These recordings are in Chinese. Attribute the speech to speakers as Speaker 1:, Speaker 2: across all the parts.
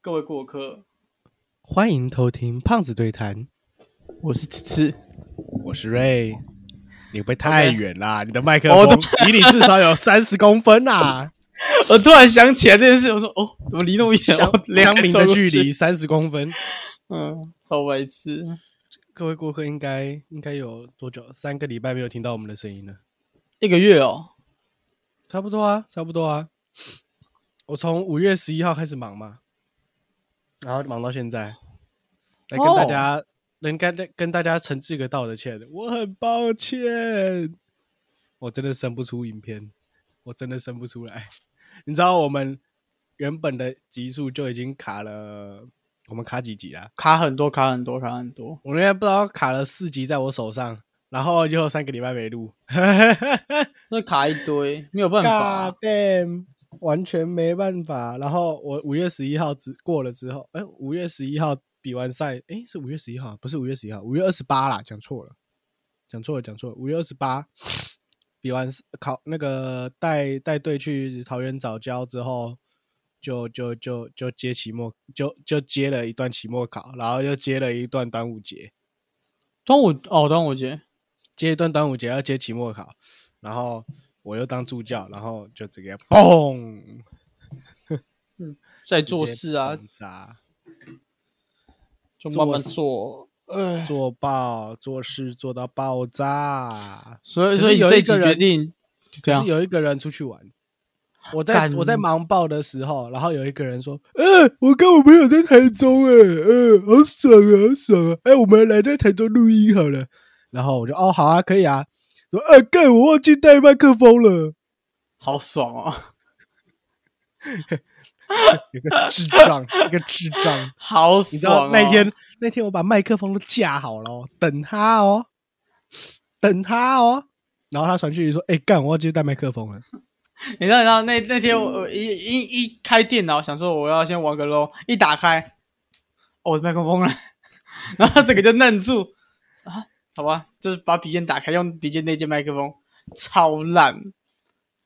Speaker 1: 各位过客，
Speaker 2: 欢迎偷听胖子对谈，我是吃吃。
Speaker 3: 我是瑞，你不会太远啦
Speaker 1: 哎
Speaker 3: 你的麦克风离你至少 有三十公分啊啦、
Speaker 1: 我突然想起来这件事，我说哦，怎么离那么远？
Speaker 3: 相
Speaker 1: 我 两
Speaker 3: 相
Speaker 1: 个人
Speaker 3: 邻
Speaker 1: 走
Speaker 3: 的
Speaker 1: 过
Speaker 3: 距
Speaker 1: 去
Speaker 3: 离，三十公分。
Speaker 1: 嗯，超白痴。
Speaker 2: 各位顾客应该应该有多久？三个礼拜没有听到我们的声音了，
Speaker 1: 一个月哦，
Speaker 2: 差不多啊，差不多啊。我从五月十一号开始忙嘛，然后忙到现在，来跟大家，能跟大跟大家诚挚个道个歉，我很抱歉，我真的生不出影片，我真的生不出来。你知道我们原本的集数就已经卡了，我们卡几集啊？
Speaker 1: 卡很多，卡很多，卡很多。
Speaker 2: 我那天不知道卡了四集在我手上，然后就三个礼拜没录，
Speaker 1: 那卡一堆，没有办
Speaker 2: 尬
Speaker 1: 法。
Speaker 2: damn，完全没办法。然后我五月十一号只过了之后，哎、五月十一号比完赛，哎、是五月十一号，不是五月十一号，五月二十八啦，讲错了，讲错了，讲错了，五月二十八比完赛考那个带带队去桃园早教之后。就就就就接期末，就就接了一段期末考，然后又接了一段端午节，
Speaker 1: 端午哦，端午节，
Speaker 2: 接一段端午节要接期末考，然后我又当助教，然后就直接砰
Speaker 1: 在做事啊
Speaker 2: 直，接轰炸
Speaker 1: 就慢慢做。哎，
Speaker 2: 做爆，做事做到爆炸。
Speaker 1: 所以
Speaker 2: 可是
Speaker 1: 所以你
Speaker 2: 有
Speaker 1: 这
Speaker 2: 一
Speaker 1: 一集
Speaker 2: 个人
Speaker 1: 决定就这
Speaker 2: 可
Speaker 1: 样
Speaker 2: 是，有一个人出去玩，我在
Speaker 1: 干
Speaker 2: 我在忙爆的时候，然后有一个人说：“呃、我跟我朋友在台中、欸，呃、好爽啊，好爽啊！哎、我们来在台中录音好了。”然后我就：“哦，好啊，可以啊。”说：“呃、干，我忘记带麦克风了。”
Speaker 1: 好爽哦，
Speaker 2: 有个智障，一个智障。
Speaker 1: 好
Speaker 2: 你知
Speaker 1: 爽
Speaker 2: 道
Speaker 1: 哦！
Speaker 2: 那天那天我把麦克风都架好了、哦，等他哦，等他哦。然后他传讯息说：“哎、干，我忘记带麦克风了。
Speaker 1: 你知道，你知道那那天我我一一一开电脑，想说我要先玩个 low，一打开，哦，我的麦克风了， 然后整个就愣住啊，好吧，就是把笔尖打开，用笔尖那件麦克风，超烂，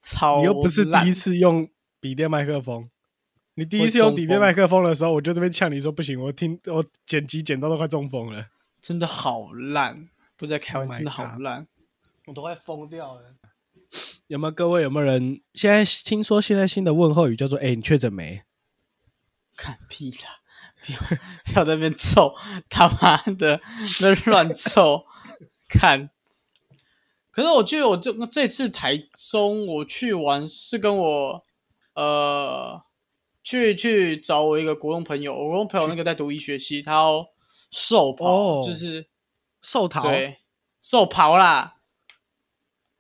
Speaker 1: 超烂
Speaker 2: 你又不是第一，次用笔电麦克风，你第一次用笔电麦克风的时候，我就这边呛你说不行，我听我剪辑剪到都快中风了。
Speaker 1: 真的好烂，不是在开玩
Speaker 2: Oh my
Speaker 1: 真的好
Speaker 2: God
Speaker 1: 烂，我都快疯掉了。
Speaker 2: 有没有各位有没有人现在听说现在新的问候语叫做“哎、你确诊没
Speaker 1: 看屁啦！不要不要在那边凑，他妈的在那乱凑，看。可是我记得我这这次台中我去玩是跟我呃去去找我一个国中朋友，我国中朋友那个在读医学系，他要寿跑，
Speaker 2: 哦
Speaker 1: 就是”？
Speaker 2: 寿桃
Speaker 1: 对寿跑啦。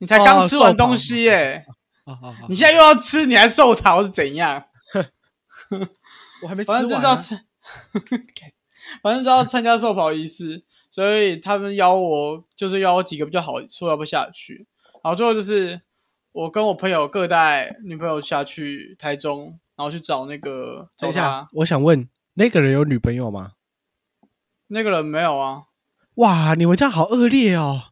Speaker 1: 你才
Speaker 2: 哦
Speaker 1: 刚吃完
Speaker 2: 寿桃
Speaker 1: 东西耶、
Speaker 2: 啊啊啊！
Speaker 1: 你现在又要吃，你还寿桃是怎样？
Speaker 2: 我还没吃
Speaker 1: 反
Speaker 2: 完、
Speaker 1: 正就是要
Speaker 2: 啊。
Speaker 1: 参，反正就是要参加寿跑仪式，所以他们邀我，就是邀我几个比较好，说要不要下去。然后最后就是我跟我朋友各带女朋友下去台中，然后去找那个找
Speaker 2: 等一下
Speaker 1: 他，
Speaker 2: 我想问那个人有女朋友吗？
Speaker 1: 那个人没有啊，
Speaker 2: 哇，你们这样好恶劣哦！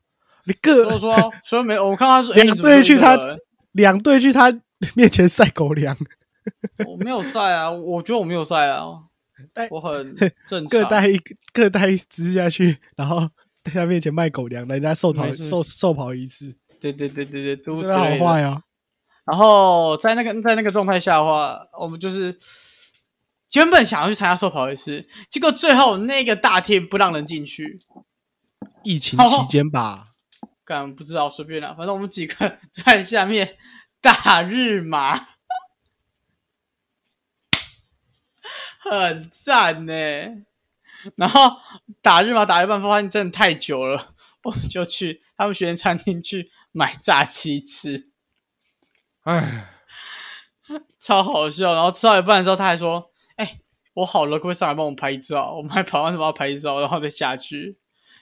Speaker 2: 你
Speaker 1: 所以我
Speaker 2: 各
Speaker 1: 说所以没有，我看他说
Speaker 2: 两队去他
Speaker 1: 哎你怎么
Speaker 2: 两队去他面前晒狗粮，
Speaker 1: 这个人我没有晒啊，我觉得我没有晒 啊
Speaker 2: 带，
Speaker 1: 我很正
Speaker 2: 哎各
Speaker 1: 常。
Speaker 2: 带一各带一只下去，然后在他面前卖狗粮，人家受跑
Speaker 1: 没事
Speaker 2: 受受跑一次，
Speaker 1: 对对对对对，诸
Speaker 2: 真
Speaker 1: 如
Speaker 2: 的
Speaker 1: 此
Speaker 2: 好
Speaker 1: 类的。
Speaker 2: 坏哦！
Speaker 1: 然后在那个在那个状态下的话，我们就是原本想要去参加寿跑仪式，结果最后那个大厅不让人进去，
Speaker 2: 疫情
Speaker 1: 好
Speaker 2: 期间吧，
Speaker 1: 干不知道随便啦，反正我们几个 在下面打日麻，很赞呢、然后打日麻打一半，发现真的太久了，我们就去他们学生餐厅去买炸鸡吃。
Speaker 2: 哎，
Speaker 1: 超好笑。然后吃到一半的时候，他还说：“哎、我好了，可不可以上来帮我拍照？”我们还跑到什么要拍照，然后再下去，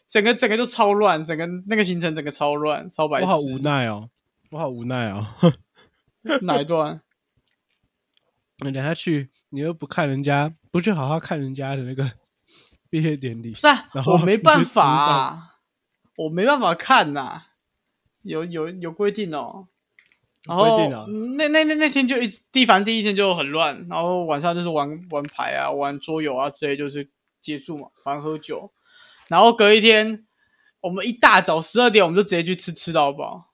Speaker 1: 整个整个就超乱，整个那个行程整个超乱，超白痴。
Speaker 2: 我好无奈哦，我好无奈哦。
Speaker 1: 哪一段？
Speaker 2: 人家去，你又不看人家，不去好好看人家的那个毕业典礼
Speaker 1: 不，是啊
Speaker 2: 然，后
Speaker 1: 我没办法、啊
Speaker 2: 你
Speaker 1: 我没办法看呐、有有有规定哦。然后
Speaker 2: 不一定啊
Speaker 1: 嗯那那那那天就一直，第反正第一天就很乱，然后晚上就是玩玩牌啊、玩桌游啊之类，就是结束嘛，反正喝酒。然后隔一天，我们一大早十二点，我们就直接去吃吃到饱。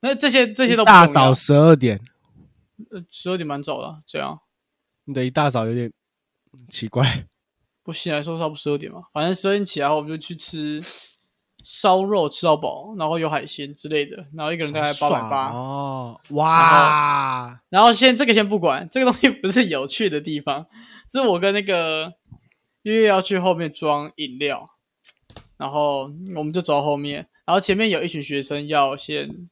Speaker 1: 那这些这些都不
Speaker 2: 大
Speaker 1: 重要呃
Speaker 2: 早十二点，
Speaker 1: 十二点蛮早了，这样
Speaker 2: 你的一大早有点奇怪。
Speaker 1: 我醒来的时候差不多十二点嘛，反正十二点起来后我们就去吃烧肉，吃到饱，然后有海鲜之类的，然后一个人大概八百
Speaker 2: 爽
Speaker 1: 八。
Speaker 2: 哦，哇，
Speaker 1: 然后先这个先不管，这个东西不是有趣的地方，是我跟那个月月要去后面装饮料，然后我们就走到后面，然后前面有一群学生要先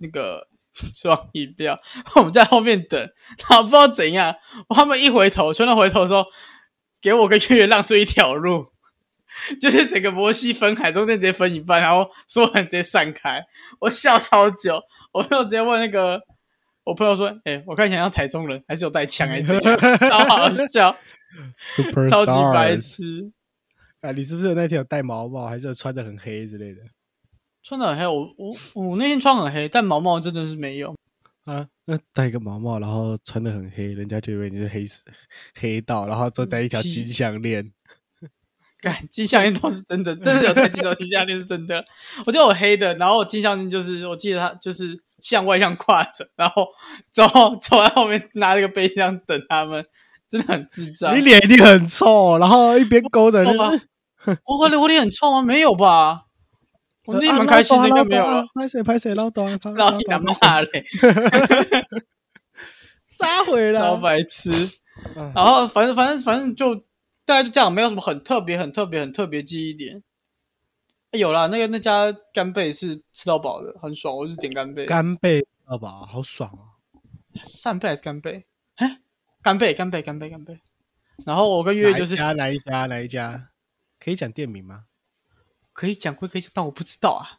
Speaker 1: 那个 装饮料，我们在后面等，然后不知道怎样，他们一回头，全都回头说给我跟月月让出一条路。就是整个摩西分开，中间直接分一半，然后说完直接散开，我笑超久。我朋友直接问那个我朋友说：“哎、我看起来像台中人，还是有带枪，还是怎样超好笑，
Speaker 2: ，Super
Speaker 1: 超级白痴。
Speaker 2: 啊！你是不是有那天有戴毛毛，还是有穿的很黑之类的？”
Speaker 1: 穿的很黑，我我我那天穿很黑，但毛毛真的是没有。
Speaker 2: 啊，那戴个毛毛，然后穿的很黑，人家就以为你是黑丝黑道，然后再戴一条
Speaker 1: 屁
Speaker 2: 金项链。
Speaker 1: 干金项链倒是真的，真的有戴金头金项链是真的。我记得我黑的，然后我金项链就是，我记得它就是向外向挎着，然后走走在后面拿了个背箱等他们，真的很智障
Speaker 2: 你。脸一定很臭，然后一边勾着，
Speaker 1: 我
Speaker 2: 就是
Speaker 1: 我我脸我脸很臭吗？没有吧？我那天蛮开心的，应该没有了。，
Speaker 2: 啊拍谁拍谁唠叨啊，
Speaker 1: 然后一两骂嘞，
Speaker 2: 杀回
Speaker 1: 超
Speaker 2: 了。
Speaker 1: 白痴。
Speaker 2: 嗯
Speaker 1: 然后反正反正反正就大家就这样，没有什么很特别、很特别、很特别记忆点。欸有啦，那个那家干贝是吃到饱的，很爽。我是点干贝，
Speaker 2: 干贝二宝好爽哦！
Speaker 1: 扇贝还是干贝？哎，干贝，干贝，干贝，干贝。然后我跟月月就是
Speaker 2: 哪一家哪一家哪一家，可以讲店名吗？
Speaker 1: 可以讲归可以讲，但我不知道啊。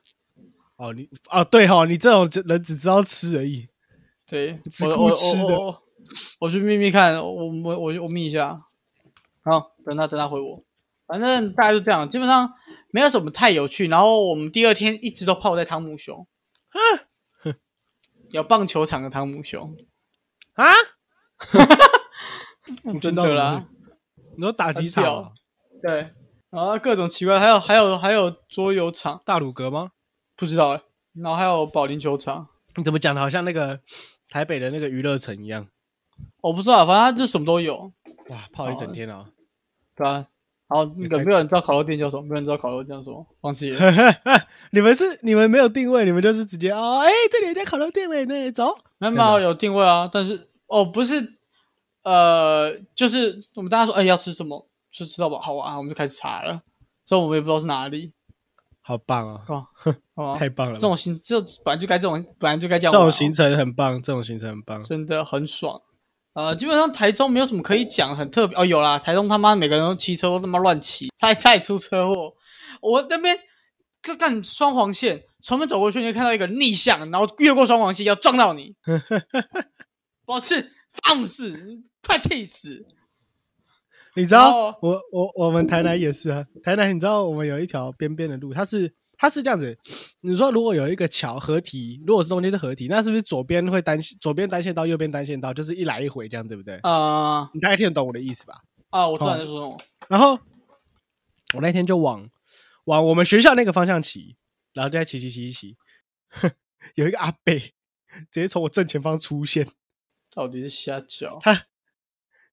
Speaker 2: 哦，你哦对哈，你这种人只知道吃而已。
Speaker 1: 对，
Speaker 2: 只
Speaker 1: 我
Speaker 2: 顾
Speaker 1: 我
Speaker 2: 吃的
Speaker 1: 我我我去秘密看，我我我我密一下。好，等他等他回我。反正大家就这样，基本上没有什么太有趣。然后我们第二天一直都泡在汤姆熊，有棒球场的汤姆熊，
Speaker 2: 啊？你
Speaker 1: 真
Speaker 2: 听到
Speaker 1: 的
Speaker 2: 什么
Speaker 1: 啦，
Speaker 2: 你说打几
Speaker 1: 很
Speaker 2: 场
Speaker 1: 屌
Speaker 2: 啊？
Speaker 1: 对。然后各种奇怪，还有还有还有桌游场，
Speaker 2: 大鲁阁吗？
Speaker 1: 不知道哎、然后还有保龄球场，
Speaker 2: 你怎么讲的？好像那个台北的那个娱乐城一样。
Speaker 1: 我不知道，反正它就什么都有，
Speaker 2: 哇，泡一
Speaker 1: 哦
Speaker 2: 整天啊！
Speaker 1: 对啊。然后那个
Speaker 2: 太
Speaker 1: 没有人知道烤肉店叫什么，没有人知道烤肉店叫什么，忘记了。
Speaker 2: 你们是你们没有定位，你们就是直接哦，哎、这里有一家烤肉店嘞，那走。
Speaker 1: 没有
Speaker 2: 对
Speaker 1: 没
Speaker 2: 吧
Speaker 1: 有有定位啊，但是哦不是，呃，就是我们大家说哎、要吃什么，就吃到饱，好啊，我们就开始查了，所以我们也不知道是哪里，
Speaker 2: 好棒哦，
Speaker 1: 干嘛？干嘛？
Speaker 2: 太棒了！
Speaker 1: 这种行这本来就该这种本来就该这样
Speaker 2: 这
Speaker 1: 玩啊，
Speaker 2: 种行程很棒，这种行程很棒。
Speaker 1: 真的很爽。呃，基本上台中没有什么可以讲很特别哦，有啦，台中他妈每个人都骑车都他妈乱骑，他他也出车祸。我那边干干双黄线，从那边走过去，你就看到一个逆向，然后越过双黄线要撞到 你，保持放肆，快气死！
Speaker 2: 你知
Speaker 1: 然
Speaker 2: 道
Speaker 1: 后，
Speaker 2: 我我我们台南也是啊，台南你知道我们有一条边边的路，它是它是这样子，你说如果有一个桥合体，如果是中间是合体，那是不是左边会单左边单线道，右边单线道，就是一来一回这样，对不对？
Speaker 1: 啊、
Speaker 2: 你大概听得懂我的意思吧？
Speaker 1: 啊，我知
Speaker 2: 哦
Speaker 1: 道你在说什么，
Speaker 2: 然后我那天就往往我们学校那个方向骑，然后就在骑骑骑骑 骑，有一个阿伯直接从我正前方出现，
Speaker 1: 到底是瞎搅。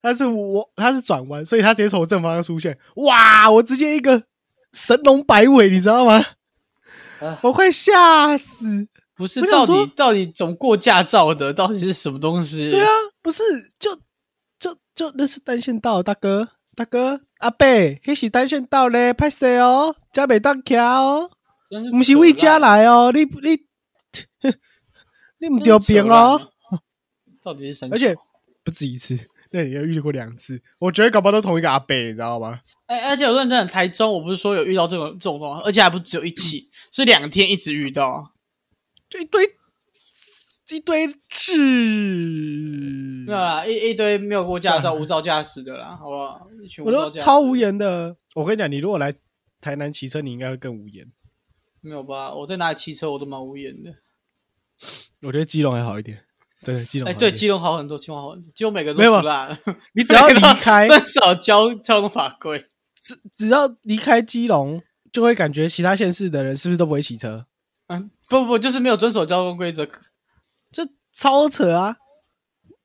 Speaker 2: 他是我他是转弯，所以他直接从我正方向出现，哇！我直接一个神龙摆尾，你知道吗？
Speaker 1: 啊
Speaker 2: 我快吓死！
Speaker 1: 不是
Speaker 2: 我想
Speaker 1: 到
Speaker 2: 说
Speaker 1: 底到底怎么过驾照的？到底是什么东西？
Speaker 2: 对啊，不是就就就那是单线道，大哥大哥阿伯，那是单线道嘞，拍谁哦？加北当桥哦。
Speaker 1: 真扯
Speaker 2: 不是为家
Speaker 1: 烂
Speaker 2: 来哦，你你你唔丢兵哦，，
Speaker 1: 到底是神？
Speaker 2: 而且不止一次，那你又遇过两次，我觉得搞不好都同一个阿贝，你知道吗？
Speaker 1: 哎、而且我认真的，台中我不是说有遇到这种这种状况，而且还不是只有一
Speaker 2: 嗯
Speaker 1: 起，是两天一直遇到。
Speaker 2: 就一堆一堆字
Speaker 1: 对，啦，一一堆没有过驾照、
Speaker 2: 嗯算了
Speaker 1: 无照驾驶的啦，好不好？一群无
Speaker 2: 我
Speaker 1: 照
Speaker 2: 都
Speaker 1: 驾驶
Speaker 2: 超无言的。我跟你讲，你如果来台南骑车，你应该会更无言。
Speaker 1: 没有吧？我在哪里骑车我都蛮无言的。
Speaker 2: 我觉得基隆还好一点，真的基隆
Speaker 1: 哎，
Speaker 2: 好一
Speaker 1: 对，
Speaker 2: 点。
Speaker 1: 基隆好很多，基隆好很多，基隆每个都
Speaker 2: 没有
Speaker 1: 腐烂，
Speaker 2: 你只 要离开，
Speaker 1: 遵守交交通法规。
Speaker 2: 只只要离开基隆，就会感觉其他县市的人是不是都不会骑车？
Speaker 1: 嗯，不不，就是没有遵守交通规则。
Speaker 2: 这超扯啊！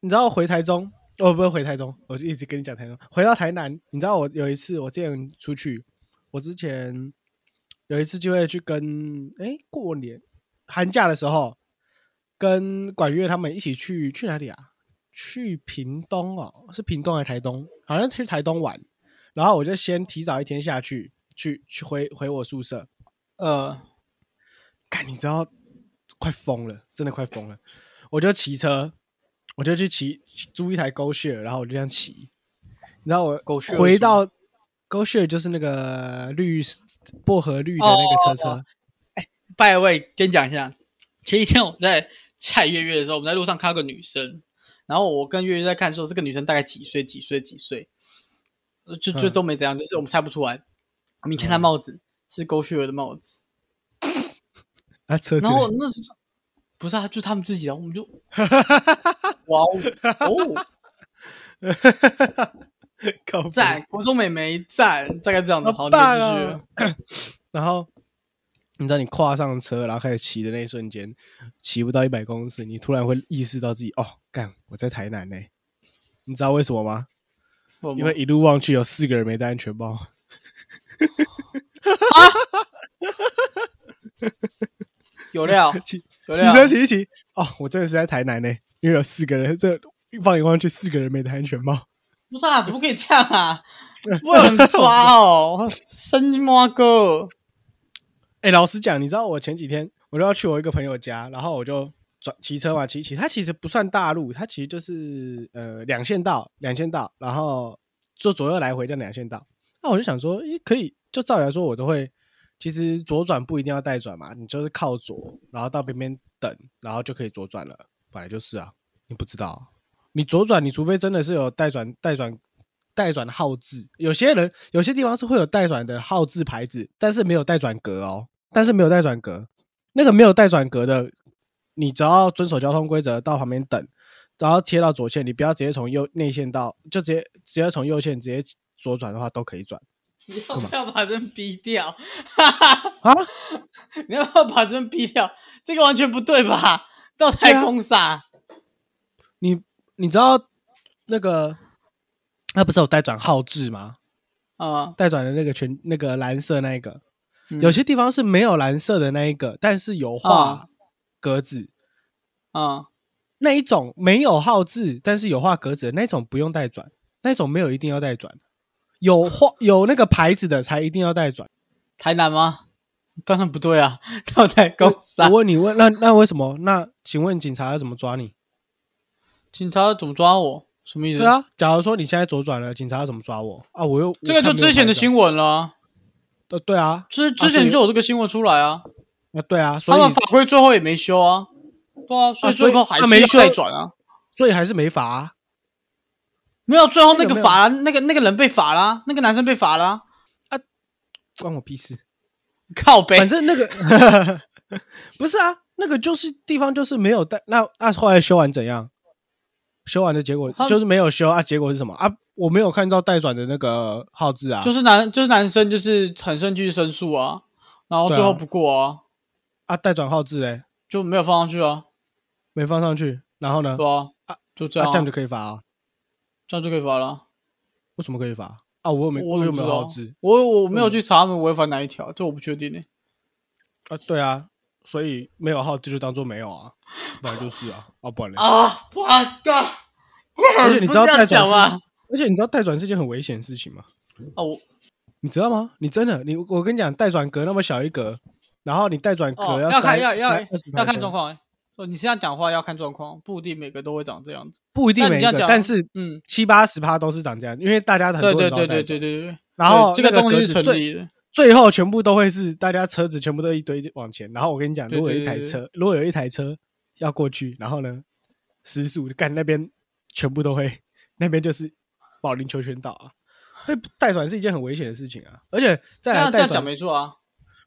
Speaker 2: 你知道回台中，哦，不是回台中，我就一直跟你讲台中。回到台南，你知道我有一次，我之前出去，我之前有一次就会去跟，哎、过年寒假的时候，跟管乐他们一起去去哪里啊？去屏东哦，是屏东还是台东？好像去台东玩。然后我就先提早一天下去，去去回回我宿舍。
Speaker 1: 呃，
Speaker 2: 看，你知道，快疯了，真的快疯了。我就骑车，我就去骑租一台 GoShare，然后我就这样骑。你知道我
Speaker 1: GoShare 是
Speaker 2: 回
Speaker 1: 什
Speaker 2: 到 GoShare 就是那个绿薄荷绿的那个车车，
Speaker 1: 哦哦哦拜位跟你讲一下，前几天我在菜月月的时候，我们在路上看到个女生，然后我跟月月在看说这个女生大概几岁几岁几岁，呃就就
Speaker 2: 嗯
Speaker 1: 都没怎样，就是我们猜不出来。你看她帽子是狗血儿的帽子，
Speaker 2: 啊车子。
Speaker 1: 然后那时候不是啊，就他们自己的，我们就哇哦哦，
Speaker 2: 靠北
Speaker 1: 赞，国中美眉赞，大概这样的，好，
Speaker 2: 嗯好
Speaker 1: 你
Speaker 2: 棒
Speaker 1: 继续
Speaker 2: 啊。！然后你知道，你跨上车，然后开始骑的那一瞬间，骑不到一百公尺，你突然会意识到自己，哦，干，我在台南呢、你知道为什么吗？
Speaker 1: 我
Speaker 2: 因为一路望去有四个人没戴安全帽。
Speaker 1: 有 料，
Speaker 2: 骑
Speaker 1: 有
Speaker 2: 骑车
Speaker 1: 料，
Speaker 2: 骑一骑，哦，我真的是在台南呢、因为有四个人，这望一望去四个人没戴安全帽，
Speaker 1: 不是啊，怎么可以这样啊？不能抓哦， 生妈哥。
Speaker 2: 哎、老实讲，你知道我前几天我就要去我一个朋友家，然后我就转骑车嘛，骑一骑，它其实不算大路，它其实就是呃两线道，两线道，然后就左右来回这样两线道。那我就想说，诶，可以，就照理来说我都会，其实左转不一定要带转嘛，你就是靠左，然后到边边等，然后就可以左转了，本来就是啊，你不知道啊，你左转，你除非真的是有带转带转带转号志，有些人有些地方是会有带转的号志牌子，但是没有带转格哦，但是没有带转格，那个没有带转格的，你只要遵守交通规则到旁边等，然后贴到左线，你不要直接从右内线到，就直接直接从右线直接左转的话都可以转
Speaker 1: 你要不要把这逼掉？
Speaker 2: 啊，
Speaker 1: 你要不要把这逼掉？这个完全不对吧？ 到
Speaker 2: 对
Speaker 1: 台
Speaker 2: 啊
Speaker 1: 公傻，
Speaker 2: 你你知道那个那不是有带转号志吗？
Speaker 1: 啊，
Speaker 2: 带转的那个全那个蓝色那一个，
Speaker 1: 嗯
Speaker 2: 有些地方是没有蓝色的那一个，但是有画
Speaker 1: 啊
Speaker 2: 格子。
Speaker 1: 啊，
Speaker 2: 那一种没有号字，但是有画格子的那一种不用带转，那一种没有一定要带转，有画有那个牌子的才一定要带转。
Speaker 1: 台南吗？当然不对啊，到台公
Speaker 2: 我
Speaker 1: 傻。
Speaker 2: 问你问那那为什么？那请问警察要怎么抓你？
Speaker 1: 警察怎么抓我？什么意思
Speaker 2: 对？啊，假如说你现在左转了，警察要怎么抓我啊？我又
Speaker 1: 这个就之前的新
Speaker 2: 闻，
Speaker 1: 闻了，啊
Speaker 2: 呃对啊，
Speaker 1: 之
Speaker 2: 所
Speaker 1: 之
Speaker 2: 以
Speaker 1: 前就有这个新闻出来啊。
Speaker 2: 啊对啊，
Speaker 1: 他
Speaker 2: 所
Speaker 1: 们
Speaker 2: 以
Speaker 1: 法规最后也没修啊，对啊，所以
Speaker 2: 啊所以
Speaker 1: 最后还
Speaker 2: 啊没
Speaker 1: 是要
Speaker 2: 修
Speaker 1: 再转啊。
Speaker 2: 所以还是没罚啊、
Speaker 1: 没有，最后那
Speaker 2: 那
Speaker 1: 个
Speaker 2: 个没有
Speaker 1: 罚，那个那个人被罚啦，那个男生被罚啦，
Speaker 2: 关我屁事。
Speaker 1: 靠背
Speaker 2: 反。正那个不是啊，那个就是地方就是没有带。那那后来修完怎样？修完的结果
Speaker 1: 他
Speaker 2: 就是没有修啊，结果是什么啊？我没有看到待转的那个号字啊，
Speaker 1: 就是男就是男生就是很生气申诉啊，然后
Speaker 2: 对啊
Speaker 1: 最后不过啊，
Speaker 2: 啊待转号字哎，
Speaker 1: 就没有放上去啊，
Speaker 2: 没放上去，然后呢
Speaker 1: 对，吧、
Speaker 2: 啊
Speaker 1: 就这
Speaker 2: 啊
Speaker 1: 样、哦啊
Speaker 2: 这样就可以罚啊？
Speaker 1: 这样就可以罚了。
Speaker 2: 为什么可以罚啊？我又没
Speaker 1: 我
Speaker 2: 又没有号嗯
Speaker 1: 好
Speaker 2: 字
Speaker 1: 我我没有去查他们违反哪一条，这我不确定呢、
Speaker 2: 啊？对啊，所以没有号字就当做没有啊，本来就是啊，啊不然嘞。
Speaker 1: 啊，哇靠！
Speaker 2: 而且你知道
Speaker 1: 不是这
Speaker 2: 待
Speaker 1: 样
Speaker 2: 转
Speaker 1: 讲
Speaker 2: 是
Speaker 1: 吗？
Speaker 2: 而且你知道待转是件很危险的事情吗？
Speaker 1: 啊，我
Speaker 2: 你知道吗？你真的，你我跟你讲，带转格那么小一格，然后你带转格
Speaker 1: 哦
Speaker 2: 塞、
Speaker 1: 看要要
Speaker 2: 塞20
Speaker 1: 要
Speaker 2: 台
Speaker 1: 看
Speaker 2: 车
Speaker 1: 状，况、欸。说你现在讲话要看状况，不一定每个都会长这样子。
Speaker 2: 不一定
Speaker 1: 那你
Speaker 2: 每一
Speaker 1: 这样
Speaker 2: 个，
Speaker 1: 讲
Speaker 2: 但是
Speaker 1: 嗯，
Speaker 2: 七八十趴都是长这样，因为大家很多
Speaker 1: 对对
Speaker 2: 人都
Speaker 1: 对
Speaker 2: 带
Speaker 1: 对对
Speaker 2: 转
Speaker 1: 对对。
Speaker 2: 然后
Speaker 1: 对这
Speaker 2: 那
Speaker 1: 个东
Speaker 2: 格
Speaker 1: 西
Speaker 2: 子
Speaker 1: 是成
Speaker 2: 最
Speaker 1: 立的，
Speaker 2: 最后全部都会是大家车子全部都一堆往前，然后我跟你讲，
Speaker 1: 对
Speaker 2: 如果有
Speaker 1: 对
Speaker 2: 一台
Speaker 1: 对对
Speaker 2: 车，如果有一台车要过去，然后呢时速干那边全部都会，那边就是保龄球圈道啊，所以带转是一件很危险的事情啊，而且再
Speaker 1: 这
Speaker 2: 来
Speaker 1: 样这
Speaker 2: 带
Speaker 1: 样讲
Speaker 2: 转
Speaker 1: 没
Speaker 2: 是
Speaker 1: 错啊。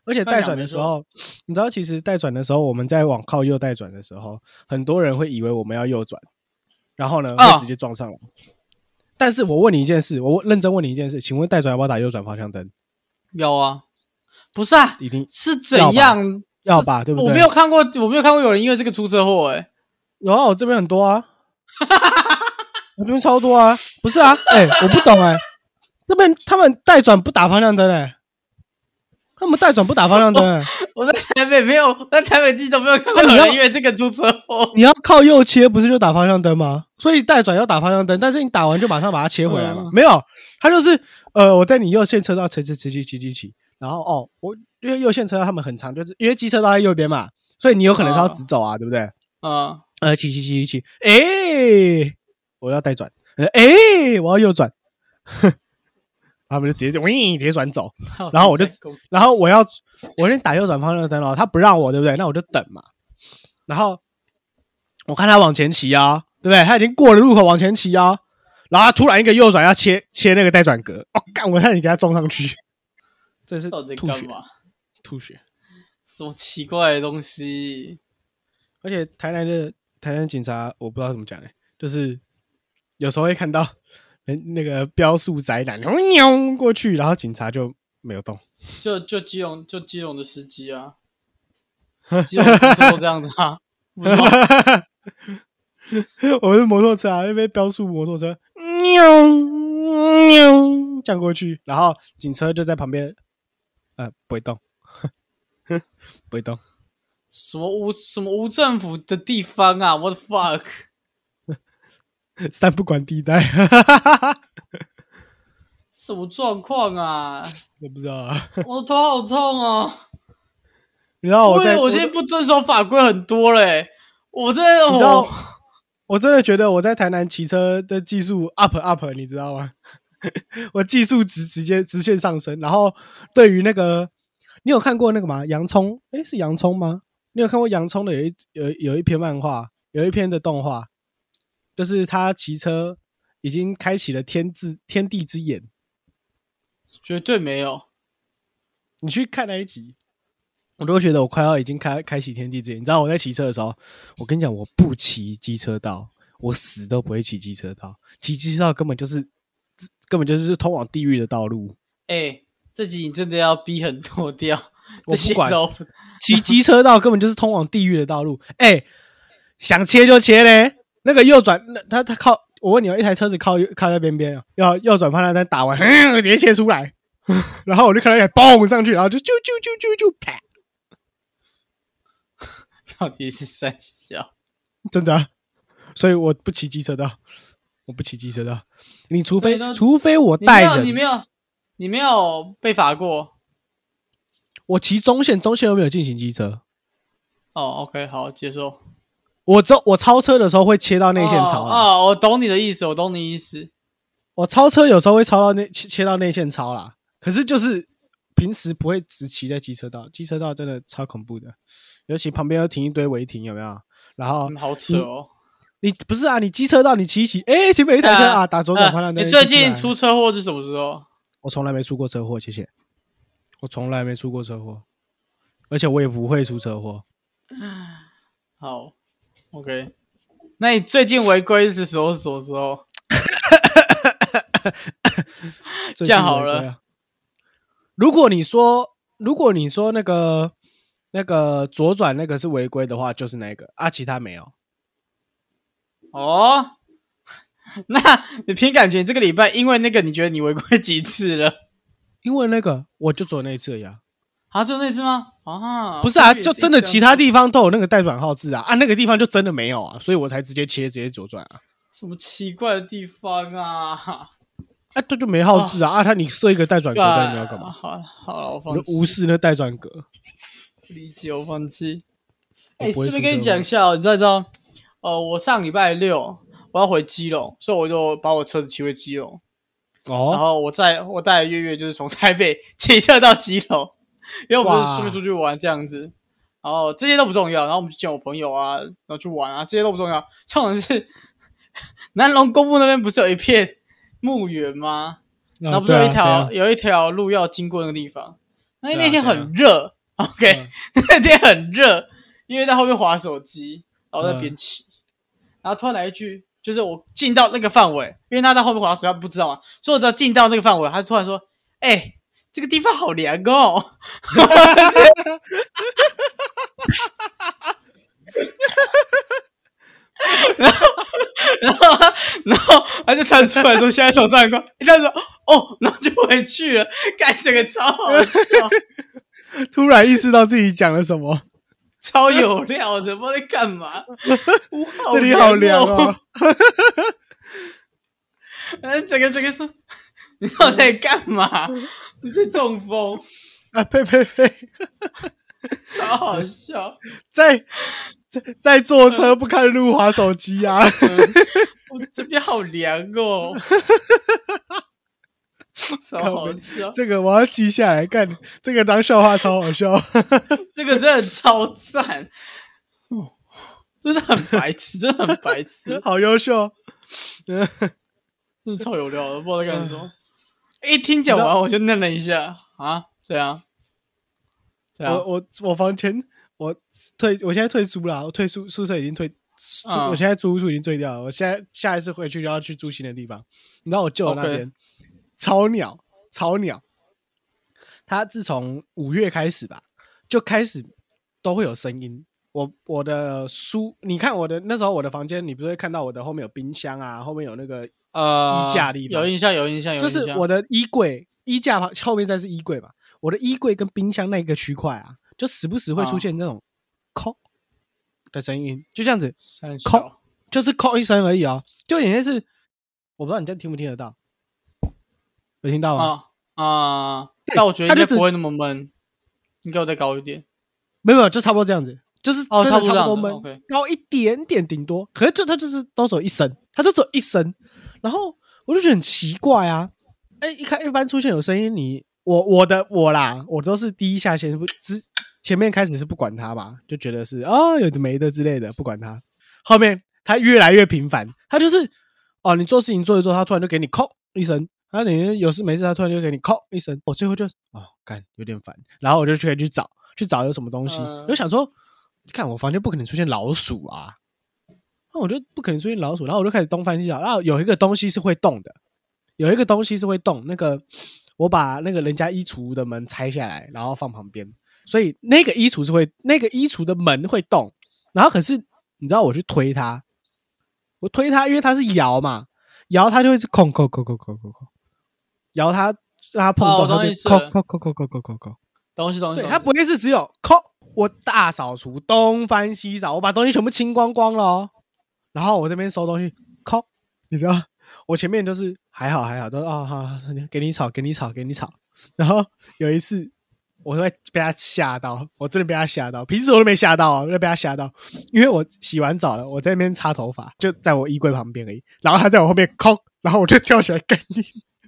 Speaker 2: 而且带转的时候，你知道，其实带转的时候，我们在往靠右带转的时候，很多人会以为我们要右转，然后呢
Speaker 1: 哦
Speaker 2: 会直接撞上来。但是我问你一件事，我问认真问你一件事，请问带转要不要打右转方向灯？
Speaker 1: 有啊，不是啊，
Speaker 2: 一定
Speaker 1: 是怎样？
Speaker 2: 要
Speaker 1: 是
Speaker 2: 吧对不
Speaker 1: 我
Speaker 2: 对
Speaker 1: 没有看过，我没有看过有人因为这个出车祸、欸，哎，
Speaker 2: 有啊，我这边很多啊，我这边超多啊，不是啊，哎、我不懂哎、这边他们带转不打方向灯哎、他们带转不打方向灯、欸，
Speaker 1: 我在台北没有，在台北记都没有看过有
Speaker 2: 那哎你要
Speaker 1: 人因为这个出车祸。
Speaker 2: 你要靠右切不是就打方向灯吗？所以带转要打方向灯，但是你打完就马上把它切回来嘛，
Speaker 1: 嗯
Speaker 2: 没有，他就是呃，我在你右线车道骑骑骑骑骑骑骑，然后哦，我因为右线车道他们很长，就是因为机车道在右边嘛，所以你有可能是要直走啊，对不对？
Speaker 1: 嗯，
Speaker 2: 呃，骑骑骑骑，哎、我要带转，哎、我要右转，他们就直接喂直接转走，然后我就然后我要我先打右转方向灯哦，他不让我，对不对？那我就等嘛。然后我看他往前骑啊、对不对？他已经过了路口往前骑啊、然后他突然一个右转要切切那个带转格，哦，干！我差点给他撞上去，这是
Speaker 1: 到底在
Speaker 2: 吐血
Speaker 1: 干，嘛？
Speaker 2: 吐血。
Speaker 1: 什么奇怪的东西？
Speaker 2: 而且台南的台南警察，我不知道怎么讲哎、就是有时候会看到那那个标速宅男喵过去，然后警察就没有动。
Speaker 1: 就就基隆就基隆的司机 啊，基隆不是都这样子啊？不是吗
Speaker 2: 我们是摩托车啊，那边标速摩托车，喵喵这样过去，然后警车就在旁边，呃，不会动， 不会动。
Speaker 1: 什么无什么无政府的地方啊？What the fuck？
Speaker 2: 三不管地带，
Speaker 1: 什么状况啊？
Speaker 2: 我不知道啊。
Speaker 1: 我头好痛哦！
Speaker 2: 你知道哦我
Speaker 1: 我以
Speaker 2: 在
Speaker 1: 为我今天不遵守法规很多嘞，我真的哦
Speaker 2: 你知道
Speaker 1: 我，
Speaker 2: 我真的觉得我在台南骑车的技术 up up，你知道吗？ 我技术值直接直线上升。然后对于那个，你有看过那个吗？洋葱？诶，是洋葱吗？你有看过洋葱的有一有有一篇漫画，有一篇的动画，就是他骑车已经开启了天之天地之眼。
Speaker 1: 绝对没有。
Speaker 2: 你去看那一集，我都觉得我快要已经开开启天地之眼。你知道我在骑车的时候，我跟你讲，我不骑机车道，我死都不会骑机车道。骑机车道根本就是根本就是通往地狱的道路。
Speaker 1: 哎、这集你真的要逼很多掉，这
Speaker 2: 我不
Speaker 1: 些
Speaker 2: 管
Speaker 1: 都
Speaker 2: 骑机车道根本就是通往地狱的道路。哎、想切就切嘞，那个右转，那他他靠，我问你哦，一台车子靠右靠在边边哦，要右转方向灯打完，嗯，直接切出来， 然后我就看到一台嘣上去，然后就啾啾啾啾啾，啪，
Speaker 1: 到底是三小？
Speaker 2: 真的啊、所以我不骑机车道，我不骑机车道。你除非
Speaker 1: 对那
Speaker 2: 除非我
Speaker 1: 你没
Speaker 2: 带
Speaker 1: 有，你没
Speaker 2: 人，
Speaker 1: 有，你没有被罚过
Speaker 2: 我骑中线，中线又没有进行机车。
Speaker 1: 哦。OK，好，接受。
Speaker 2: 我走，我超车的时候会切到内线啊超
Speaker 1: 哦
Speaker 2: 啦。
Speaker 1: 哦，我懂你的意思，我懂你意思。
Speaker 2: 我超车有时候会超到内切切到内线超啦。可是就是平时不会只骑在机车道，机车道真的超恐怖的，尤其旁边又停一堆违停，有没有？然后
Speaker 1: 嗯，好扯哦。
Speaker 2: 你不是啊，你机车道你骑一骑，哎、前面有一台车啊，打左转方向灯。
Speaker 1: 嗯你最
Speaker 2: 就进
Speaker 1: 近
Speaker 2: 来
Speaker 1: 出车祸是什么时候？
Speaker 2: 我从来没出过车祸，谢谢。我从来没出过车祸，而且我也不会出车祸。
Speaker 1: 好，OK。那你最近违规是时候是什么时候？这
Speaker 2: 最近
Speaker 1: 样好
Speaker 2: 违规
Speaker 1: 了
Speaker 2: 啊。如果你说，如果你说那个那个左转那个是违规的话，就是那个啊，其他没有。
Speaker 1: 哦， 那你凭感觉，你这个礼拜因为那个，你觉得你违规几次了？
Speaker 2: 因为那个我就走那一次呀、
Speaker 1: 啊，就那次吗？啊，
Speaker 2: 不是啊，
Speaker 1: 我以为
Speaker 2: 就
Speaker 1: 一
Speaker 2: 真的
Speaker 1: 次
Speaker 2: 其他地方都有那个待转号字啊，啊那个地方就真的没有啊，所以我才直接切直接左转啊，
Speaker 1: 什么奇怪的地方啊？
Speaker 2: 啊这就没号字啊，啊他你设一个待转格在那边要干
Speaker 1: 哦啊
Speaker 2: 嘛？
Speaker 1: 好了好了，我
Speaker 2: 我
Speaker 1: 放
Speaker 2: 就无
Speaker 1: 弃，
Speaker 2: 视那待转格。
Speaker 1: 理解我放弃。
Speaker 2: 我
Speaker 1: 哎，
Speaker 2: 不会
Speaker 1: 顺便跟你
Speaker 2: 出车
Speaker 1: 讲
Speaker 2: 祸
Speaker 1: 一下哦，你知道你知道，呃，我上礼拜六我要回基隆，所以我就把我车子骑回基隆，然
Speaker 2: 哦，
Speaker 1: 后我载我带月月就是从台北骑车到基隆， 因为我们就是顺
Speaker 2: 哇
Speaker 1: 便出去玩这样子。然后这些都不重要，然后我们去见我朋友啊，然后去玩啊，这些都不重要。重点是 南龙公墓那边不是有一片墓园吗？然后不是
Speaker 2: 对
Speaker 1: 有
Speaker 2: 啊
Speaker 1: 一条、
Speaker 2: 对啊
Speaker 1: 有一条路要经过那个地方，那
Speaker 3: 对啊
Speaker 1: 那天
Speaker 3: 对啊
Speaker 1: 很热、o k
Speaker 2: 嗯
Speaker 1: 那天很热，因为在后面划手机，然后在
Speaker 2: 嗯
Speaker 1: 边骑，然后突然来一句，就是我进到那个范围，因为他在后面划手机，他不知道嘛，所以我只要进到那个范围，他突然说：“哎、这个地方好凉哦。” 然后， 然后，然后他就弹出来说：“现在手上很光。”他说：“哦，然后就回去了。”干这个超好笑。
Speaker 2: 突然意识到自己讲了什么，
Speaker 1: 超有料的，不知道在干 嘛。哇
Speaker 2: 这里好凉
Speaker 1: 哦！
Speaker 2: 哦。
Speaker 1: 呃，整个整个说， 你到底在干 嘛？你是中风，
Speaker 2: 啊，呸呸呸，
Speaker 1: 超好 笑。
Speaker 2: 在在在坐车不看路滑手机啊，
Speaker 1: 嗯我这边好凉哦，超好笑。
Speaker 2: 这个我要记下来，干这个当笑话超好笑。
Speaker 1: 这个真的超赞，
Speaker 2: 哦
Speaker 1: 真的很白 痴，真的很白痴，
Speaker 2: 好优秀。嗯
Speaker 1: 真的超有料的，不知道在干什么。一听讲
Speaker 2: 你
Speaker 1: 完我就愣了一下啊，对啊，对啊
Speaker 2: 我，我我房前我退，我现在退租啦，我退宿宿舍已经退，租
Speaker 1: 嗯
Speaker 2: 我现在租屋处已经退掉了。我现在下一次回去就要去租新的地方。你知道我舅那
Speaker 1: OK
Speaker 2: 边超鸟，超鸟。他自从五月开始吧，就开始都会有声音。我我的书，你看我的那时候我的房间，你不是会看到我的后面有冰箱啊，后面有那个
Speaker 1: 呃，
Speaker 2: 衣架地方
Speaker 1: 有印象，有印象，有印
Speaker 2: 就
Speaker 1: 象。
Speaker 2: 是我的衣柜衣架旁后面再是衣柜嘛，我的衣柜跟冰箱那个区块啊，就时不时会出
Speaker 1: 啊
Speaker 2: 现那种“敲”的声音，就这样子，
Speaker 1: 三小
Speaker 2: 扣就是“敲”一声而已哦，就有点像是，我不知道你这样听不听得到，有听到吗？
Speaker 1: 啊啊！但我觉得
Speaker 2: 他
Speaker 1: 应该
Speaker 2: 哦就只
Speaker 1: 不会那么闷，你给我再高一点。
Speaker 2: 没有没有，就差不多这样子，就是
Speaker 1: 哦
Speaker 2: 真
Speaker 1: 差不多
Speaker 2: 的
Speaker 1: 这
Speaker 2: 差
Speaker 1: 样
Speaker 2: 不多
Speaker 1: 子
Speaker 2: 闷，
Speaker 1: ，OK
Speaker 2: 高一点点顶多。可是这它就是都走一声，它就走一声，然后我就觉得很奇怪啊。哎、一开一般出现有声音，你我我的我啦，我都是第一下先不之前面开始是不管它吧，就觉得是哦有的没的之类的，不管它。后面它越来越频繁，它就是哦你做事情做一做，它突然就给你扣一声。它你有事没事，它突然就给你扣一声，我最后就哦，干有点烦，然后我就去去找，去找有什么东西，
Speaker 1: 嗯
Speaker 2: 我就想说，看我房间不可能出现老鼠啊，那我就不可能出现老鼠，然后我就开始东翻西找，然后有一个东西是会动的，有一个东西是会动，那个我把那个人家衣橱的门拆下来，然后放旁边，所以那个衣橱是会，那个衣橱的门会动，然后可是你知道我去推它，我推它，因为它是摇嘛，摇它就会是空空空空空空空，摇它让它碰
Speaker 1: 哦
Speaker 2: 撞，
Speaker 1: 我懂
Speaker 2: 它
Speaker 1: 意
Speaker 2: 就
Speaker 1: 思
Speaker 2: 空空空空空空空空。
Speaker 1: 东西东西，
Speaker 2: 对，
Speaker 1: 东西
Speaker 2: 它不会是只有扣我大扫除，东翻西找，我把东西全部清光光了、哦，然后我这边收东西，扣，你知道，我前面就是还好还好，都哦好，好给你吵给你吵给你吵，然后有一次我会被他吓到，我真的被他吓到，平时我都没吓到啊，我就被他吓到，因为我洗完澡了，我在那边擦头发，就在我衣柜旁边而已，然后他在我后面扣，然后我就跳起来干你，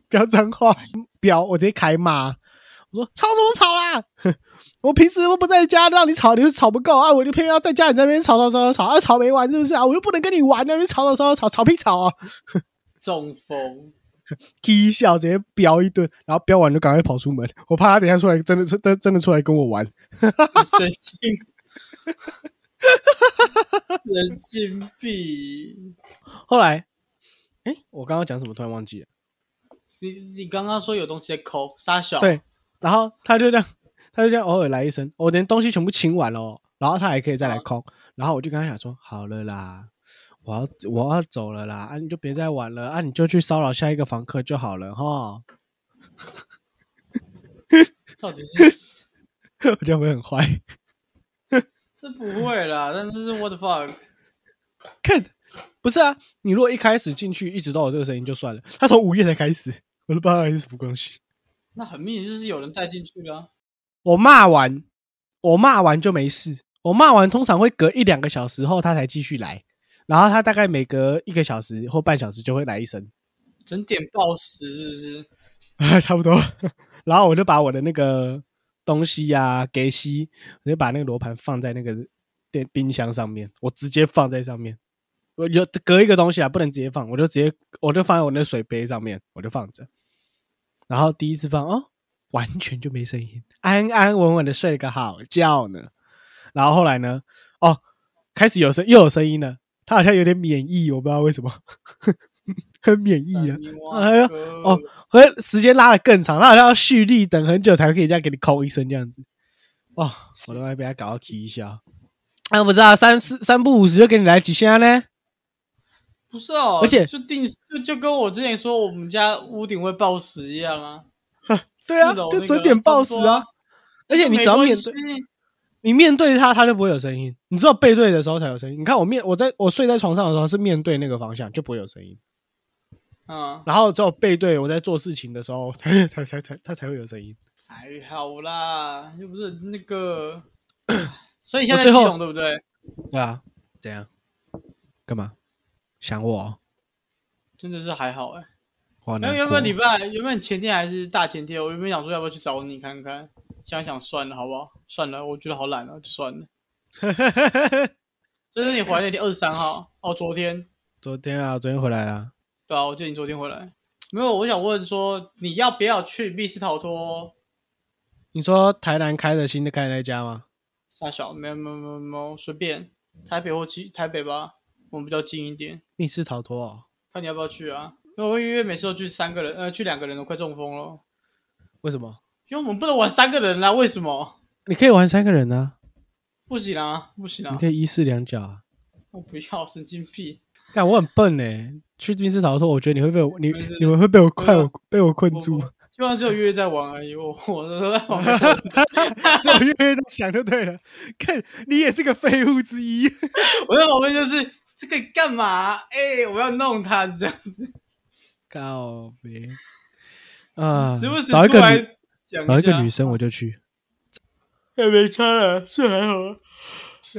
Speaker 2: 不要脏话，不要，我直接开骂。我说吵什么吵啦！我平时都不在家，让你吵，你就吵不够啊！我就偏要在家里那边吵吵吵吵吵，啊吵没完是不是啊？我又不能跟你玩啊！你吵吵吵吵吵吵屁吵啊！
Speaker 1: 中风，
Speaker 2: 踢笑直接飙一顿，然后飙完就赶快跑出门，我怕他等一下出来真的出真真的出来跟我玩。
Speaker 1: 神经，神经病。
Speaker 2: 后来，哎，我刚刚讲什么突然忘记了？
Speaker 1: 你你刚刚说有东西在抠，傻小，
Speaker 2: 对，然后他就这样，他就这样偶尔来一声，哦我连东西全部清完了哦，然后他还可以再来空，然后我就跟他讲说，好了啦，我要我要走了啦，啊你就别再玩了，啊你就去骚扰下一个房客就好了哈。
Speaker 1: 到底是
Speaker 2: 我觉得会很坏。
Speaker 1: 是不会啦，但是是 what the fuck，
Speaker 2: 看，不是啊，你如果一开始进去一直都有这个声音就算了，他从五月才开始，我都不知道他是什么东西。
Speaker 1: 那很明显就是有人带进去了啊。
Speaker 2: 我骂完，我骂完就没事。我骂完通常会隔一两个小时后他才继续来，然后他大概每隔一个小时或半小时就会来一声，
Speaker 1: 整点暴食是不 是？
Speaker 2: 差不多。 然后我就把我的那个东西呀、给吸，我就把那个罗盘放在那个电冰箱上面，我直接放在上面。我有隔一个东西啊，不能直接放，我就直接我就放在我那水杯上面，我就放着。然后第一次放哦，完全就没声音，安安稳稳的睡了个好觉呢。然后后来呢，哦，开始有声又有声音了，他好像有点免疫，我不知道为什么， 很免疫了。哎呀，哦，和时间拉的更长，他好像要蓄力等很久才可以这样给你扣一声这样子。哦，我都快被他搞到啼笑。啊，不知道三四三不五十就给你来几下呢？
Speaker 1: 不是哦，
Speaker 2: 而且
Speaker 1: 就定就就跟我之前说我们家屋顶会暴食一样啊。
Speaker 2: 对啊，
Speaker 1: 四楼
Speaker 2: 就
Speaker 1: 那
Speaker 2: 准
Speaker 1: 个
Speaker 2: 点
Speaker 1: 差
Speaker 2: 报
Speaker 1: 不
Speaker 2: 时
Speaker 1: 多
Speaker 2: 啊
Speaker 1: 啊。
Speaker 2: 而且你只要面对，
Speaker 1: 对，
Speaker 2: 你面对它，它就不会有声音。你只有背对的时候才有声音。你看我面，我在我睡在床上的时候是面对那个方向，就不会有声音。
Speaker 1: 嗯，
Speaker 2: 然后只有背对我在做事情的时候， 才才才才它才会有声音。
Speaker 1: 还好啦，又不是那 个，所以你现在在
Speaker 2: 我最
Speaker 1: 基
Speaker 2: 后
Speaker 1: 隆对不对？
Speaker 2: 对啊，怎样？干嘛？想我哦？
Speaker 1: 真的是还好哎、
Speaker 2: 我好
Speaker 1: 然
Speaker 2: 难
Speaker 1: 后原本
Speaker 2: 过哦
Speaker 1: 礼拜原本前天还是大前天，我原本想说要不要去找你看看，想想算了好不好？算了，我觉得好懒啊，就算 了。就是你回来那天二十三号哦，昨天
Speaker 2: 昨天啊，昨天回来啊，
Speaker 1: 对啊，我记得你昨天回来。没有，我想问说你要不要去密室逃脱？
Speaker 2: 你说台南开的新的开的那家吗？
Speaker 1: 傻小，没有没有没有没有，随便，台北或去台北吧，我们比较近一点，
Speaker 2: 密室逃脱哦？
Speaker 1: 看你要不要去啊。因为我因为每次都去三个人，呃，去两个人，我快中风了，
Speaker 2: 为什么？
Speaker 1: 因为我们不能玩三个人啦、为什么？
Speaker 2: 你可以玩三个人啊，
Speaker 1: 不行啊，不行
Speaker 2: 你
Speaker 1: 啊
Speaker 2: 可，以一式两脚啊。
Speaker 1: 我不要，神经病。
Speaker 2: 干，我很笨哎、去密室逃脱，我觉得你会被我，你
Speaker 1: 没事
Speaker 2: 你们会被我
Speaker 1: 我
Speaker 2: 快
Speaker 1: 有
Speaker 2: 我被我困
Speaker 1: 我
Speaker 2: 住，
Speaker 1: 基本上只有月月在玩而已，我我都在玩。
Speaker 2: 只有月月在想就对了。看，你也是个废物之一。
Speaker 1: 我在旁边就是这个干嘛？哎、我要弄他就这样子，
Speaker 2: 告别啊！
Speaker 1: 时不时
Speaker 2: 找一
Speaker 1: 出
Speaker 2: 个
Speaker 1: 来
Speaker 2: 女
Speaker 1: 讲一
Speaker 2: 找一
Speaker 1: 下
Speaker 2: 个女生我就去。
Speaker 1: 也哎没差了，是还好啊。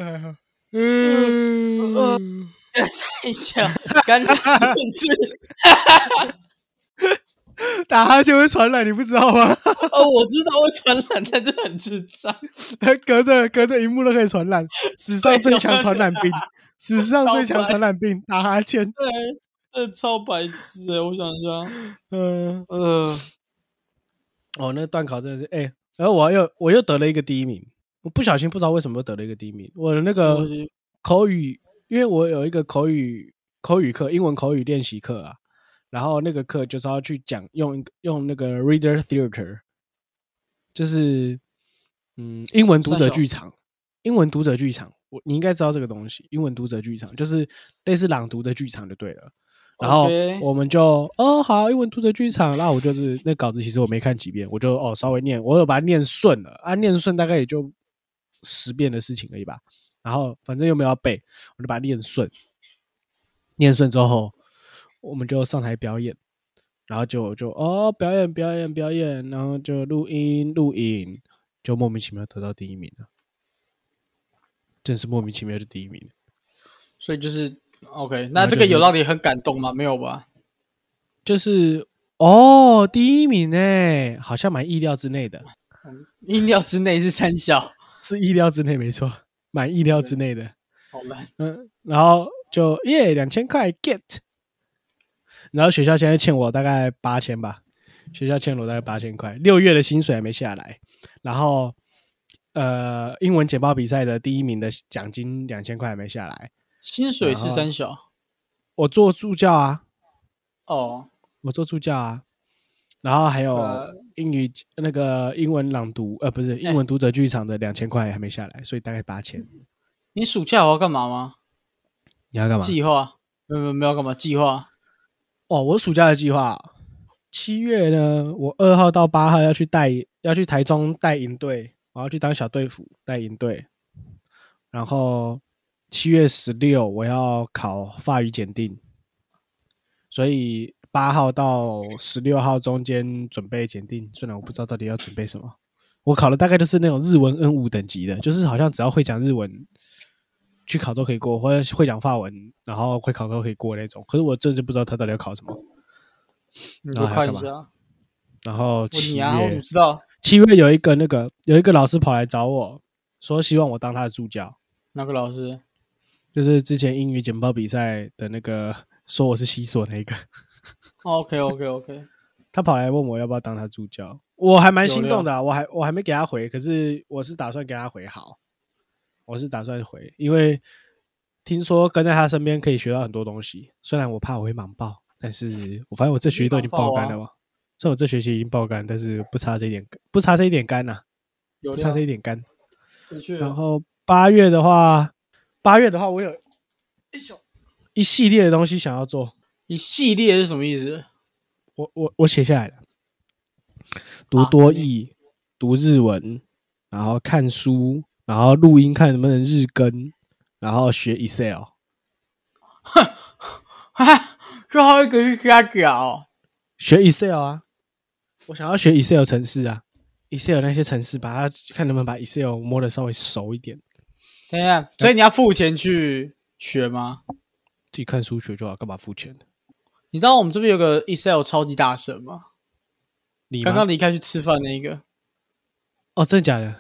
Speaker 2: 哎 嗯，
Speaker 1: 三下，干真的是。
Speaker 2: 打哈欠会传染，你不知道吗？
Speaker 1: 哦，我知道会传染，但是很智障。
Speaker 2: 隔着隔着荧幕都可以传 染，史上最强传染病， 史上最强传染病，打哈欠。
Speaker 1: 对，这超白痴哎、我想一下，
Speaker 2: 嗯、
Speaker 1: 呃，
Speaker 2: 哦，那段考真的是哎、然后我又我又得了一个第一名，我不小心不知道为什么又得了一个第一名。我的那
Speaker 1: 呃
Speaker 2: 个口语，因为我有一个口语口语课，英文口语练习课啊，然后那个课就是要去讲用一个用那个 reader theater，就是嗯英文读者
Speaker 1: 算什么
Speaker 2: 剧场，英文读者剧场，我你应该知道这个东西，英文读者剧场就是类似朗读的剧场就对了。然后
Speaker 1: OK
Speaker 2: 我们就哦好，英文读者剧场，那我就是那稿子其实我没看几遍，我就哦稍微念，我有把它念顺了啊，念顺大概也就十遍的事情而已吧。然后反正又没有要背，我就把它念顺。念顺之后，我们就上台表演，然后就就哦表演表演表演，然后就录音录影，就莫名其妙得到第一名了，真是莫名其妙的第一名。
Speaker 1: 所以就是 OK，那
Speaker 2: 那
Speaker 1: 这
Speaker 2: 就是
Speaker 1: 个有让你很感动吗？没有吧？
Speaker 2: 就是哦，第一名呢，好像蛮意料之内的，
Speaker 1: 意料之内是三小，
Speaker 2: 是意料之内，没错，蛮意料之内的。
Speaker 1: 好烂。
Speaker 2: 嗯，然后就耶，两千块 get。然后学校现在欠我大概八千吧，学校欠我大概八千块，六月的薪水还没下来。然后，呃，英文简报比赛的第一名的奖金两千块还没下来。
Speaker 1: 薪水是三小
Speaker 2: 我做助教啊，
Speaker 1: 哦，
Speaker 2: 我做助教啊，然后还有
Speaker 1: 呃
Speaker 2: 英语、那个英文朗读，呃，不是英文读者剧场的两千块还没下来，所以大概八千。
Speaker 1: 你暑假我要干嘛吗？
Speaker 2: 你要干嘛？
Speaker 1: 计划？没有没有没有要干嘛？计划？
Speaker 2: 哦，我暑假的计划，七月呢，我二号到八号要去带，要去台中带营队，我要去当小队服带营队。然后七月十六我要考法语检定，所以八号到十六号中间准备检定。虽然我不知道到底要准备什么，我考的大概就是那种日文 N 五等级的，就是好像只要会讲日文去考都可以过，或者会讲法文，然后会考都可以过那种。可是我真的就不知道他到底要考什么。
Speaker 1: 你
Speaker 2: 然
Speaker 1: 就
Speaker 2: 后还
Speaker 1: 看
Speaker 2: 要干
Speaker 1: 一
Speaker 2: 嘛
Speaker 1: 下。我
Speaker 2: 然后七
Speaker 1: 你
Speaker 2: 月、
Speaker 1: 啊，我怎么知道？
Speaker 2: 七月有一个那个有一个老师跑来找我说，希望我当他的助教，
Speaker 1: 哪个老师？
Speaker 2: 就是之前英语简报比赛的那个说我是西索那一个，
Speaker 1: 哦 OK OK OK，
Speaker 2: 他跑来问我要不要当他助教，我还蛮心动的啊、我还我还没给他回，可是我是打算给他回好，我是打算回，因为听说跟在他身边可以学到很多东西，虽然我怕我会忙爆，但是我发现我这学期都已经爆肝了
Speaker 1: 啊
Speaker 2: 嘛，虽然我这学期已经爆肝，但是不差这一点，不差这一点肝呐、
Speaker 1: 有
Speaker 2: 不
Speaker 1: 料
Speaker 2: 差这一点肝。
Speaker 1: 持续
Speaker 2: 然后八月的话，八月的话，我有一系列的东西想要做，
Speaker 1: 一系列是什么意思？
Speaker 2: 我我我写下来了，读
Speaker 1: 好
Speaker 2: 多
Speaker 1: 啊你
Speaker 2: 译，读日文，然后看书，然后录音看能不能日更，然后学 Excel。
Speaker 1: 哈，最后一个是哦瞎搞，
Speaker 2: 学 Excel 啊，我想要学 Excel 程式啊，Excel 那些程式，把它看能不能把 Excel 摸的稍微熟一点，
Speaker 1: 等一下，啊所以你要付钱去学吗？
Speaker 2: 自己看书学就好，干嘛付钱？
Speaker 1: 你知道我们这边有个 Excel 超级大神吗？
Speaker 2: 你
Speaker 1: 刚
Speaker 2: 吗
Speaker 1: 刚离开去吃饭那一个，
Speaker 2: 哦，真的假 的？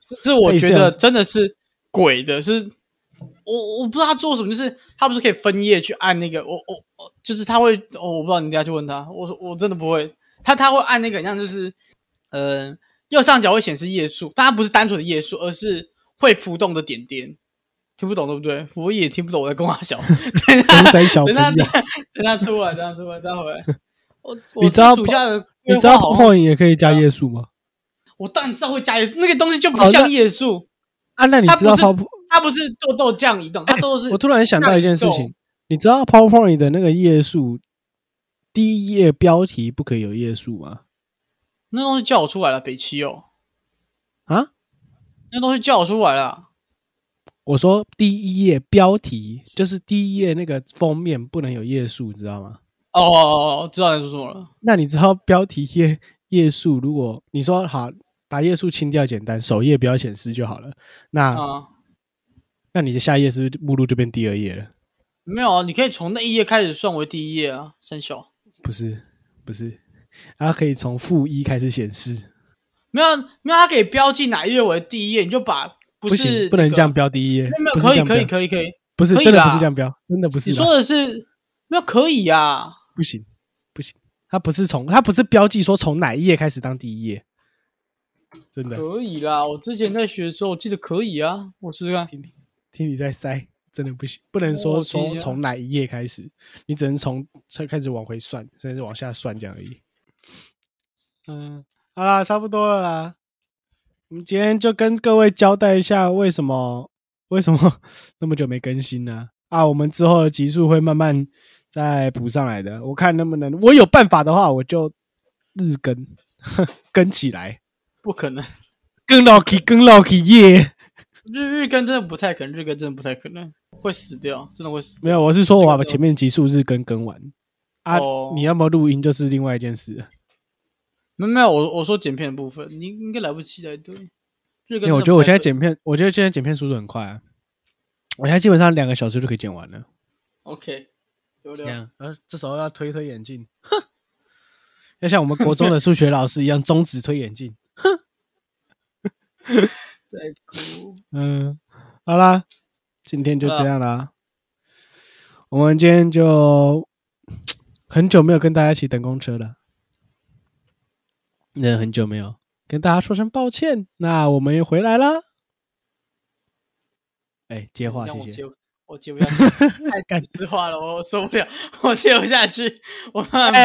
Speaker 1: 是是我觉
Speaker 2: Excel
Speaker 1: 得真的是鬼的，是我我不知道他做什么，就是他不是可以分页去按那个，我我我就是他会，哦、我不知道你等一下去问他，我说我真的不会，他他会按那个，很像就是呃右上角会显示页数，但它不是单纯的页数，而是会浮动的点点。听不懂对不对？我也听不懂我在跟我小，等一
Speaker 2: 公
Speaker 1: 下
Speaker 2: 仔小朋
Speaker 1: 等他
Speaker 2: 友，
Speaker 1: 等他出来，等他出来，等他回来。 我我
Speaker 2: 你知道
Speaker 1: 暑假的
Speaker 2: 你
Speaker 1: 规
Speaker 2: 知道
Speaker 1: 划好像，
Speaker 2: PowerPoint 也可以加页数吗？
Speaker 1: 我当然知道会加页，那个东西就不
Speaker 2: 哦那
Speaker 1: 像页数。
Speaker 2: 啊，那你
Speaker 1: 它
Speaker 2: 知道
Speaker 1: 不是
Speaker 2: PowerPoint？
Speaker 1: 它不是豆豆酱移动，它都是、
Speaker 2: 哎我突然想到一件事
Speaker 1: 那你
Speaker 2: 情，你知道 PowerPoint 的那个页数，第一页标题不可以有页数吗？
Speaker 1: 那东西叫我出来了，北七哦，
Speaker 2: 啊，
Speaker 1: 那东西叫我出来了。
Speaker 2: 我说第一页标题就是第一页那个封面不能有页数，你知道吗？
Speaker 1: 哦哦哦，哦知道你说什么了。
Speaker 2: 那你知道标题页页数，如果你说好把页数清掉简单，首页不要显示就好了。那、
Speaker 1: 啊，
Speaker 2: 那你的下页是不是目录就变第二页了？
Speaker 1: 没有啊，你可以从那一页开始算为第一页啊，三小。
Speaker 2: 不是，不是，然后可以从负一开始显示，
Speaker 1: 没有啊没有，它可以标记哪一页为第一页，你就把不
Speaker 2: 不
Speaker 1: 是、
Speaker 2: 行，不能这样。标第一页
Speaker 1: 没有，没有，
Speaker 2: 不是
Speaker 1: 可
Speaker 2: 这
Speaker 1: 以
Speaker 2: 样
Speaker 1: 可以
Speaker 2: 标，
Speaker 1: 可以可以，
Speaker 2: 不是
Speaker 1: 可以
Speaker 2: 真的不
Speaker 1: 啦
Speaker 2: 是这样标，真的不是
Speaker 1: 你
Speaker 2: 啦。
Speaker 1: 说的是没有可以啊？
Speaker 2: 不行，不行，它不是从它不是标记说从哪一页开始当第一页，真的。
Speaker 1: 可以啦，我之前在学的时候，我记得可以啊，我试试看。
Speaker 2: 听你听你在塞，真的不行，不能
Speaker 1: 我
Speaker 2: 说
Speaker 1: 记
Speaker 2: 从
Speaker 1: 啊
Speaker 2: 从哪一页开始，你只能从这开始往回算，甚至往下算这样而已。嗯，好啦，差不多了啦。我们今天就跟各位交代一下，为什么为什么 那么久没更新呢、啊？我们之后的集数会慢慢再补上来的。我看能不能，我有办法的话，我就日更 更起来，
Speaker 1: 不可能，
Speaker 2: 更 l o k 更 l o k 耶。
Speaker 1: 日日更真的不太可能，日更真的不太可能，会死掉，真的会死掉
Speaker 2: 没有，我是说
Speaker 1: 这
Speaker 2: 我
Speaker 1: 个
Speaker 2: 把
Speaker 1: 就
Speaker 2: 前面集数日更更完啊，
Speaker 1: 哦
Speaker 2: 你要么录音就是另外一件事了，
Speaker 1: 没有没有，我我说剪片的部分，你应该来不及才对。日更
Speaker 2: 因为
Speaker 1: 真的
Speaker 2: 我
Speaker 1: 不
Speaker 2: 觉得我
Speaker 1: 太
Speaker 2: 现在
Speaker 1: 对
Speaker 2: 剪片，我觉得现在剪片速度很快啊，我现在基本上两个小时就可以剪完了。
Speaker 1: OK，有
Speaker 2: 这
Speaker 1: 点
Speaker 2: 样，然后这时候要推推眼镜， 哼，要像我们国中的数学老师一样中指推眼镜。
Speaker 1: 在哭。
Speaker 2: 嗯，好啦，今天就
Speaker 1: 好
Speaker 2: 这
Speaker 1: 啦
Speaker 2: 样啦。我们今天就很久没有跟大家一起等公车了，嗯那很久没有跟大家说声抱歉。那我们又回来啦。哎，接话，
Speaker 1: 让
Speaker 2: 谢
Speaker 1: 我
Speaker 2: 谢
Speaker 1: 接。我接不下 去，太实话了，我受不了，我接不下去，我没办法，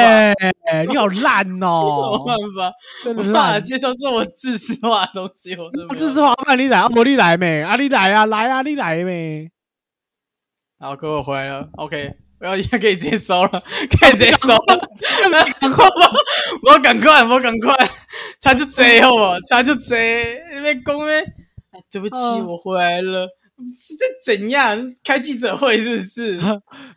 Speaker 2: 哎，你好烂
Speaker 1: 我
Speaker 2: 哦
Speaker 1: 没，办法，
Speaker 2: 真
Speaker 1: 我
Speaker 2: 的
Speaker 1: 没办法
Speaker 2: 烂。哦
Speaker 1: 接受这么自私化的东西，我真的没
Speaker 2: 这
Speaker 1: 办
Speaker 2: 是
Speaker 1: 法
Speaker 2: 滑板，你来，啊，无你来咩？啊，你来啊，来啊，你来咩？
Speaker 1: 好，各位我回来了，OK，我要可以直接收了，可以直接收 了，赶快， 我赶快，我赶快，差就这好不好？差就这，那边讲咩？哎对不起，
Speaker 2: 嗯
Speaker 1: 我回来了。是这怎样开记者会是不 是？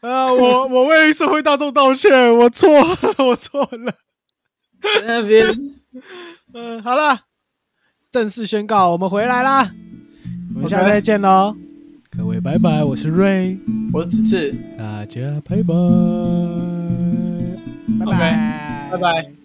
Speaker 2: 啊，我 我为社会大众道歉，我错， 我错了。
Speaker 1: 在那边
Speaker 2: 嗯，好了，正式宣告我们回来啦，我们
Speaker 1: OK
Speaker 2: 下次再见喽各位拜拜，我是 Ray，
Speaker 1: 我只是
Speaker 2: 大家拜拜，拜
Speaker 1: OK，
Speaker 2: 拜，
Speaker 1: 拜拜。